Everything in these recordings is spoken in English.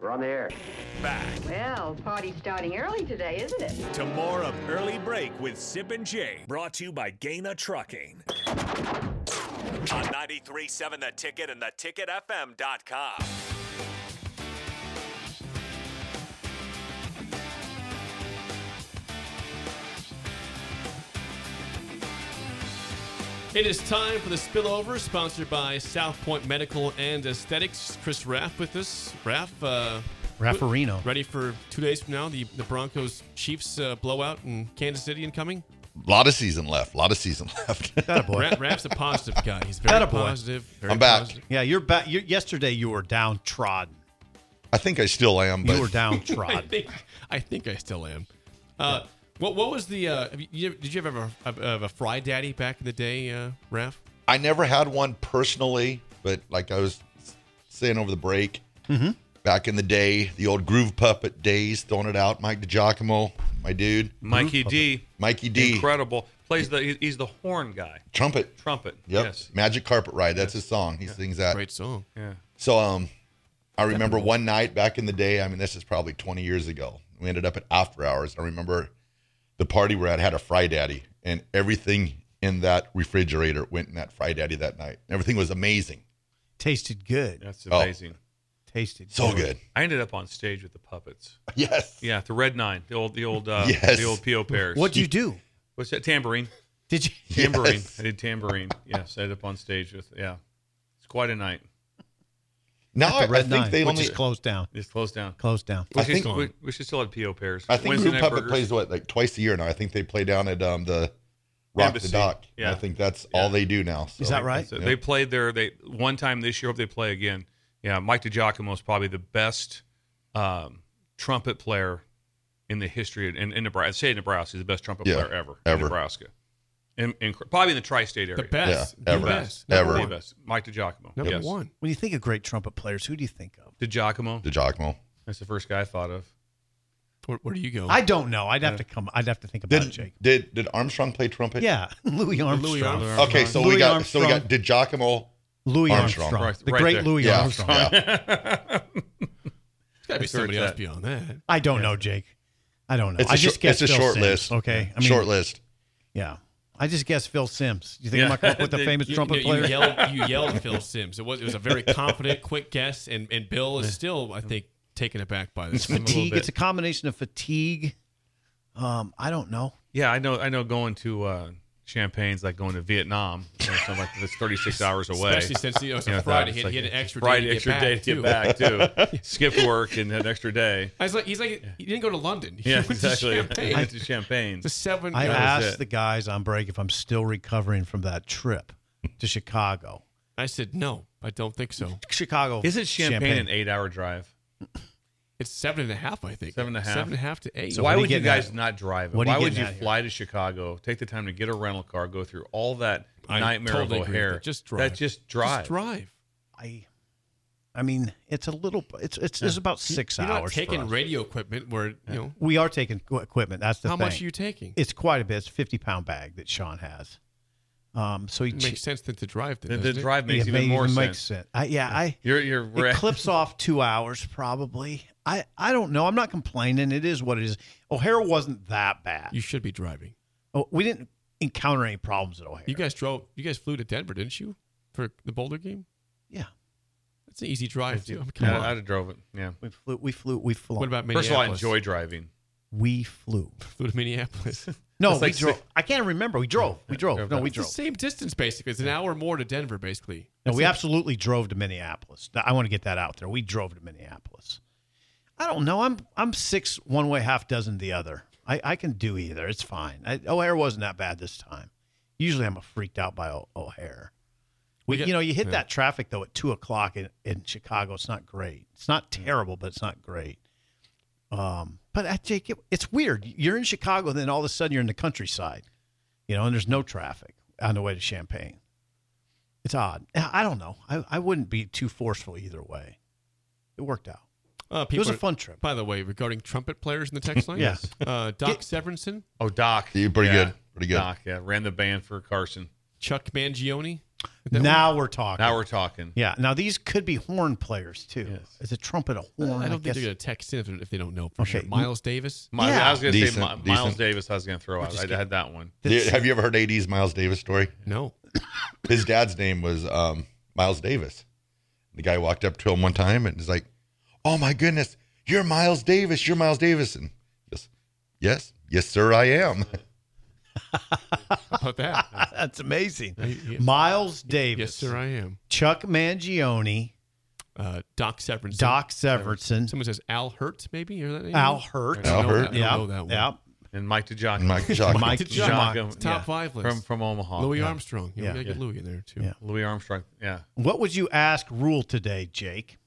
We're on the air. Back Well, party's starting early today, isn't it? to more of Early Break with Sip and Jay, brought to you by Gaina Trucking. On 93.7 The Ticket and theticketfm.com. It is time for the spillover, sponsored by South Point Medical and Aesthetics. Chris Raff with us. Raff, uh, Raffarino. ready for two days from now the, the Broncos Chiefs uh, blowout in Kansas City incoming? A lot of season left. A lot of season left. Attaboy. Ra- Raff's a positive guy. He's very Attaboy. positive. Very I'm back. positive. Yeah, you're back. you yesterday you were downtrodden. I think I still am, but You were I downtrodden. think I think I still am. Uh, What what was the? Uh, have you, did you ever have a, have- have a fry daddy back in the day, uh, Raff? I never had one personally. But like I was saying over the break, Mm-hmm. back in the day, the old groove puppet days, throwing it out. Mike DiGiacomo, my dude, Mikey E D. Mikey E D. Incredible. Plays the he- he's the horn guy. trumpet. Trumpet. Yep. Yes. Magic Carpet Ride. That's his song. He sings that. Great song. So um, I remember one night back in the day. I mean, this is probably 20 years ago. We ended up at after hours. I remember the party where I had a fry daddy, and everything in that refrigerator went in that fry daddy that night. Everything was amazing, Tasted good. That's Oh. amazing. Tasted so good. I ended up on stage with the puppets. Yes. Yeah, the Red Nine, the old the old uh, Yes. the old PO pairs. What'd you do? What's that tambourine? Did you? Tambourine. Yes. I did tambourine. yes, I ended up on stage with yeah. It's quite a night. Now At I, the Red I think Nine, they which only. is closed down. It's closed down. Closed down. We I should, think- we, we should still have PO pairs. I think Wednesday Groove Night Puppet Burgers. plays what like twice a year now. I think they play down at um the Rock Embassy. the Dock. Yeah. I think that's all they do now. So. Is that right? So They played their they one time this year. Hope they play again. Yeah, Mike DiGiacomo is probably the best um, trumpet player in the history of, in, in Nebraska. Say Nebraska, he's the best trumpet Yeah, player ever, in ever. Nebraska, and, probably in the tri-state area. The best. Yeah, the ever. best. Ever. Number The one. best. Mike DiGiacomo. Number yes. one. When you think of great trumpet players, who do you think of? DiGiacomo. DiGiacomo. That's the first guy I thought of. Where, where do you go? I don't know. I'd have to come. I'd have to think about it, Did, Jake. did did Armstrong play trumpet? Yeah, Louis Armstrong. Louis Armstrong. Okay, so Louis we got so we Armstrong. got DiGiacomo. Louis Armstrong. Armstrong, Right- the right great there. Louis Yeah, Armstrong. yeah. There's gotta be I've heard somebody else that. beyond that. I don't know, Jake. I don't know. It's I a just short, guess it's a Phil short Sims, list. Okay, I mean, short list. Yeah, I just guess Phil Sims. You think I'm Yeah. gonna come up with a famous You, trumpet you player? yelled, you yelled Phil Sims. It was it was a very confident, quick guess, and, and Bill is still, I think, taken aback by this. one a little fatigue. bit. It's a combination of fatigue. Um, I don't know. Yeah, I know. I know. Going to uh, Champagne's like going to Vietnam. You know, it's not like it's 36 hours away. Especially since you know, it's You know, a that Friday. was He, had- like he had an extra Friday, day to extra get back, day to too. get back too. Skip work and an extra day. I was like, he's like, he didn't go to London. He Yeah, went exactly. To Champagne. Went to Champagne. It's a seven. I I, was asked it. the guys on break if I'm still recovering from that trip to Chicago. I said no. I don't think so. Chicago Isn't Champagne, an eight-hour drive? It's seven and a half. I think Seven and a half? Seven and a half to eight. So what Why are you would you getting guys at? not drive it? What are you Why would getting you at here? fly to Chicago, take the time to get a rental car, go through all that I nightmare totally of agree with O'Hare? that. Just drive. That just drive. Just drive. I, I mean, it's a little. It's it's, it's about 6 You're hours. not for taking us. radio equipment. Where you know we are taking qu- equipment. That's the how thing. much are you taking? It's quite a bit. It's a 50 pound bag that Sean has. Um, so he It makes sense that to drive. Then, The, the doesn't it? drive makes it even may- more it sense. Makes sense. I, yeah, I. You're you're It clips off two hours probably. I I don't know. I'm not complaining. It is what it is. O'Hare wasn't that bad. You should be driving. Oh, we didn't encounter any problems at O'Hare. You guys drove. You guys flew to Denver, didn't you, for the Boulder game? yeah. That's an easy drive too. I mean, come Yeah, on. I'd have drove it. Yeah. We flew. We flew. We flew. What about Minneapolis? First of all, I enjoy driving. We flew. flew to Minneapolis. No, That's we like six- drove. I can't remember. We drove. We drove. No, we It's the drove. same distance basically. It's an hour more to Denver basically. No, That's we it. absolutely drove to Minneapolis. I want to get that out there. We drove to Minneapolis. I don't know. I'm I'm six one way, half dozen the other. I, I can do either. It's fine. I, O'Hare wasn't that bad this time. Usually I'm freaked out by o- O'Hare. We, get- you know, you hit that traffic though at two o'clock in, in Chicago. It's not great. It's not terrible, but it's not great. Um, but uh, Jake, it, it's weird. You're in Chicago, then all of a sudden you're in the countryside, you know, and there's no traffic on the way to Champagne. It's odd. I I don't know. I, I wouldn't be too forceful either way. It worked out. Uh, It people was a are- fun trip. By the way, regarding trumpet players in the text line, Yes. uh, Doc Severinsen, Oh, Doc. You're pretty Yeah. good. Pretty good. Doc, yeah. Ran the band for Carson. Chuck Mangione. That Now we're talking. Now we're talking. yeah. Now these could be horn players too. Yes. Is a trumpet a horn? I don't think guess- they're going to text in if, if they don't know for Okay. sure. Miles Davis. My, Yeah. I was going to say Decent, Mi- Miles decent. Davis. I was going to throw out. just I get- had that one. Do you- Have you ever heard 80s Miles Davis story? No. His dad's name was um, Miles Davis. The guy walked up to him one time and was like, "Oh my goodness, you're Miles Davis. You're Miles Davis." And yes, yes, yes, sir, I am. How about that? That's amazing. yes. Miles Davis. yes, sir, I am. Chuck Mangione, Uh, Doc Severinsen. Doc Severson, Someone says Al Hurt, maybe? Or that name? Al Hurt. I Al don't know- Hurt. I don't know that one. Yep. And Mike DeJock. And Mike Jock. Mike DeJock. DeJock. Top Top yeah. five list. From from Omaha. Louis yeah. Armstrong. Yeah, Yeah. we got to get Louis in there, too. Yeah. Louis Armstrong. Yeah. What would you ask Rule today, Jake?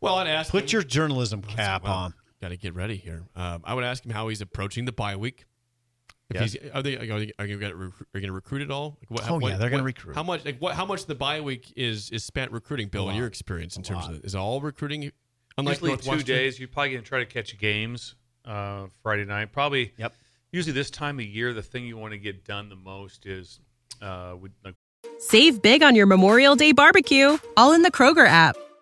Well, I'd ask Put your journalism cap Well, on. Got to get ready here. Um, I would ask him how he's approaching the bye week. If Yes. he's, are they are they, are you going to are going to recruit at all? Like Oh, yeah, they're gonna recruit. How much like what how much the bye week is is spent recruiting? Bill, in your experience in terms of is all recruiting? Unlike Usually two Northwestern? days. You're probably going to try to catch games uh, Friday night. Probably. Yep. Usually this time of year, the thing you want to get done the most is uh, with, like, Save big on your Memorial Day barbecue, all in the Kroger app.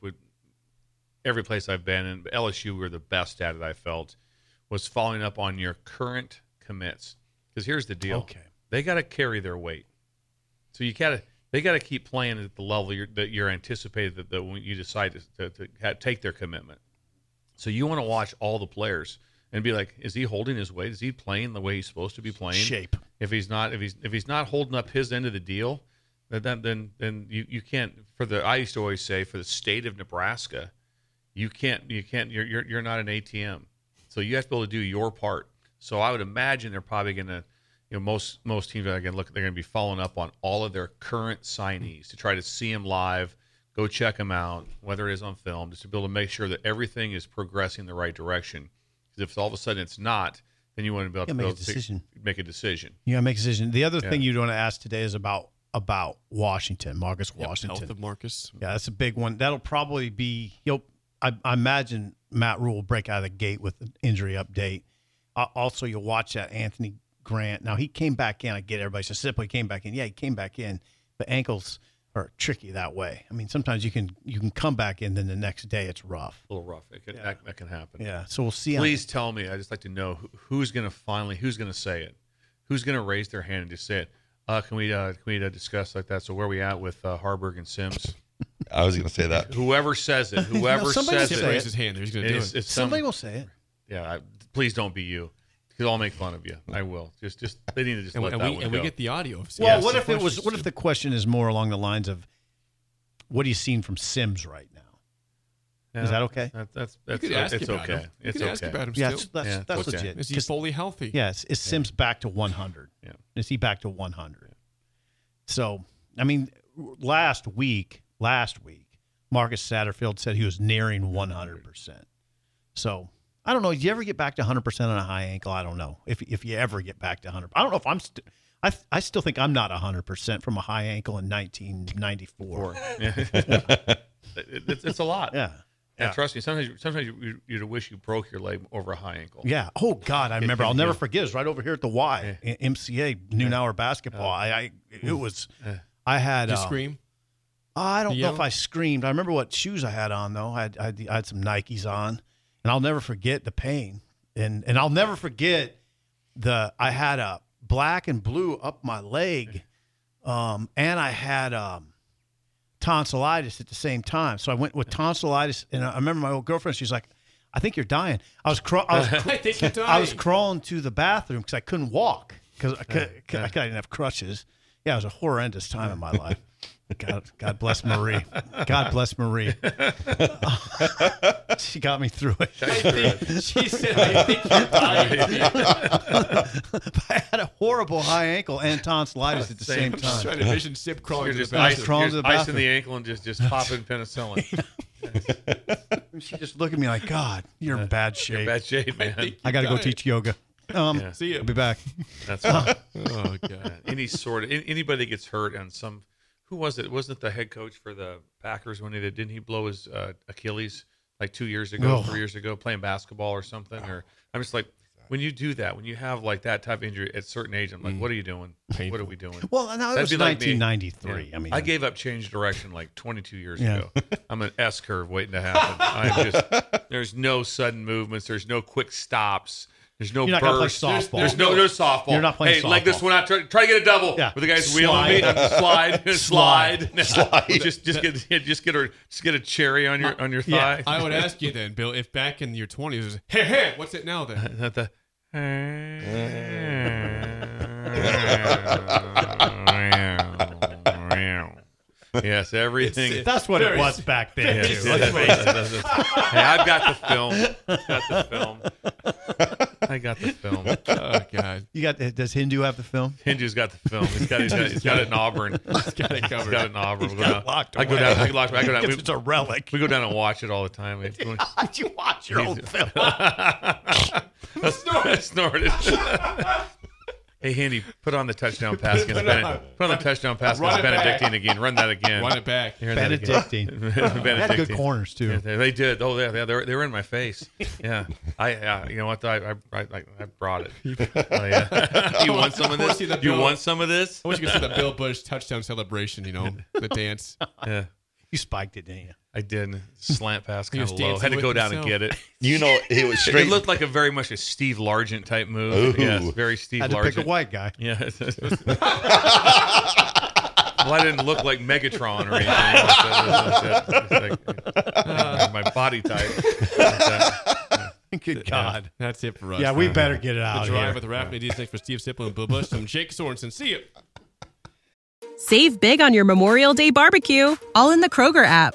with every place I've been, and LSU were the best at it. I felt was following up on your current commits because here's the deal: Okay. they got to carry their weight, so you gotta they got to keep playing at the level you're, that you're anticipated that, that when you decide to, to, to ha- take their commitment. So you want to watch all the players and be like, is he holding his weight? Is he playing the way he's supposed to be playing? Shape. If he's not, if he's if he's not holding up his end of the deal, then then- then then you you can't. For the I used to always say for the state of Nebraska, you can't you can't you're you're, you're not an ATM. So you have to be able to do your part. So I would imagine they're probably going to. You know, most most teams are going to look. They're going to be following up on all of their current signees to try to see them live, go check them out, whether it is on film, just to be able to make sure that everything is progressing the right direction. Because if all of a sudden it's not, then you want to be able to Yeah, make a be able to fi- decision. make a decision. You gotta make a decision. The other Yeah. thing you'd want to ask today is about about Washington, Marcus Yep, Washington. Health of Marcus. yeah, that's a big one. That'll probably be. You'll. I, I imagine Matt Rule will break out of the gate with an injury update. Uh, also, you'll watch that Anthony Grant. Now he came back in. I get everybody says Sipley came back in. Yeah, he came back in. But ankles are tricky that way. I mean, sometimes you can you can come back in, then the next day it's rough. A little rough. It can, that, that can happen. Yeah. So we'll see. on- Please tell me. I just like to know who, who's going to finally who's going to say it, who's going to raise their hand and just say it. Uh, can we uh, can we uh, discuss like that? So where are we at with uh, Harburg and Sims? I was going to say that. Whoever says it, whoever somebody says said it, Tip it. raised his hand. He's going to do it's- it. it's some- somebody will say it. yeah. I, please don't be you, because I'll make fun of you. I will. Just just they need to just And, let and that we one and go. we get the audio. of- Well, yes, what the if it was? questions, What if too. the question is more along the lines of, "What are you seeing from Sims right now?" Yeah. Is that okay? That, that's You that's could ask it's about okay. him. You It's could okay. ask about him Yeah, still. that's that's, Yeah, that's okay. legit. Is he 'Cause- fully healthy? yes, is Sims back to 100? Yeah. Is he back to 100? So, I mean, last week, last week, Marcus Satterfield said he was nearing 100. percent So, I don't know. Do you ever get back to 100 percent on a high ankle? I don't know if if you ever get back to 100. I don't know if I'm. St- I, th- I still think I'm not 100% from a high ankle in 1994. It- it's, it's a lot. Yeah. And trust me, sometimes you- sometimes you, you, you'd wish you broke your leg over a high ankle. Yeah. Oh God, I remember. can I'll never heal. forget. It's right over here at the Y, in MCA noon hour basketball. I, I it was. I had. Did you uh, scream? I don't you know if yell? I screamed. I remember what shoes I had on though. I had, I had, I had some Nikes on, and I'll never forget the pain. And and I'll never forget the I had a black and blue up my leg, um, and I had um, tonsillitis at the same time. So I went with tonsillitis, and I remember my old girlfriend. She's like, "I think you're dying." I was, craw- I was, cr- I think you're I was dying. crawling to the bathroom because I couldn't walk because I, could, I didn't have crutches. Yeah, it was a horrendous time in my life. God, God bless Marie. God bless Marie. she got me through it. she said, I think you're dying. I had a horrible high ankle and tonsillitis at the same Same. Just time. trying to vision sip crawling You're to the just bathroom. ice, Crawling you're to the ice in bathroom. the ankle and just just popping penicillin. She just looked at me like, "God, you're in bad shape." Bad shape, man. think- I got to go Got it. teach yoga. Um, Yeah. See ya. I'll be back. That's why. Oh, God. any sort of an- anybody that gets hurt on some. Who was it? Wasn't it the head coach for the Packers when he did? Didn't he blow his uh, Achilles like two years ago, Ugh. three years ago, playing basketball or something? Or I'm just like, when you do that, when you have like that type of injury at a certain age, I'm like, what are you doing? What are we doing? Well, no, it That'd was be like me. 1993. I mean, I gave up change direction like 22 years Yeah. ago. I'm an S curve waiting to happen. I'm just there's no sudden movements. There's no quick stops. There's no You're not gonna play bursts. There's, softball. there's no no softball. You're not playing Hey, like this softball. one. I try, try to get a double. Yeah. Where the guy's wheeling me. I'm just slide, slide, slide. just just get just get a just get a cherry on your on your Yeah. thigh. I would ask you then, Bill, if back in your 20s, it was, hey, hey, what's it now then? Not the- yes, everything. that's what it was back then. Yeah, too. yeah, Let's yeah, face it. yeah, yeah. Hey, I've got the film. I've got the film. I got the film. Oh, God. You got? uh, Does Hindu have the film? Hindu's got the film. He's got, he's got, he's got it in Auburn. He's got it covered. He's got it in Auburn. We'll go down. locked I go away. down. I go locked- I go down. We, It's a relic. we go down and watch it all the time. We- you watch your old film? I snorted. hey, Handy, put on the touchdown pass against Put it on. Benedict. Put on the touchdown pass Run against it back. Benedictine again. Run that again. Run it back. Hear that again. Benedictine. They had good Benedictine. corners Yeah, too. they, they did. Oh, yeah, yeah, they were, they were in my face. Yeah, I, uh, you know what? I, I, I, I brought it. Oh, yeah. you want some of I wanna this? see the You bill. want some of this? I wish you could see the Bill Bush touchdown celebration, you know, the dance. Yeah, You spiked it, didn't you? I did. Slant pass He kind was of low. dancing Had to with go down and himself. get it. You know, he was straight. It looked like a very much a Steve Largent type move. Ooh. Yes, very Steve Had to Largent. pick a white guy. Yeah. well, I didn't look like Megatron or anything. uh, It's like- it's like my body type. Good God. That's it for us. Yeah, we better get it out The of drive here. with Raf Nadine. Thanks for Steve Siplin and Bill Bush. From Jake Sorensen. See you. Save big on your Memorial Day barbecue, all in the Kroger app.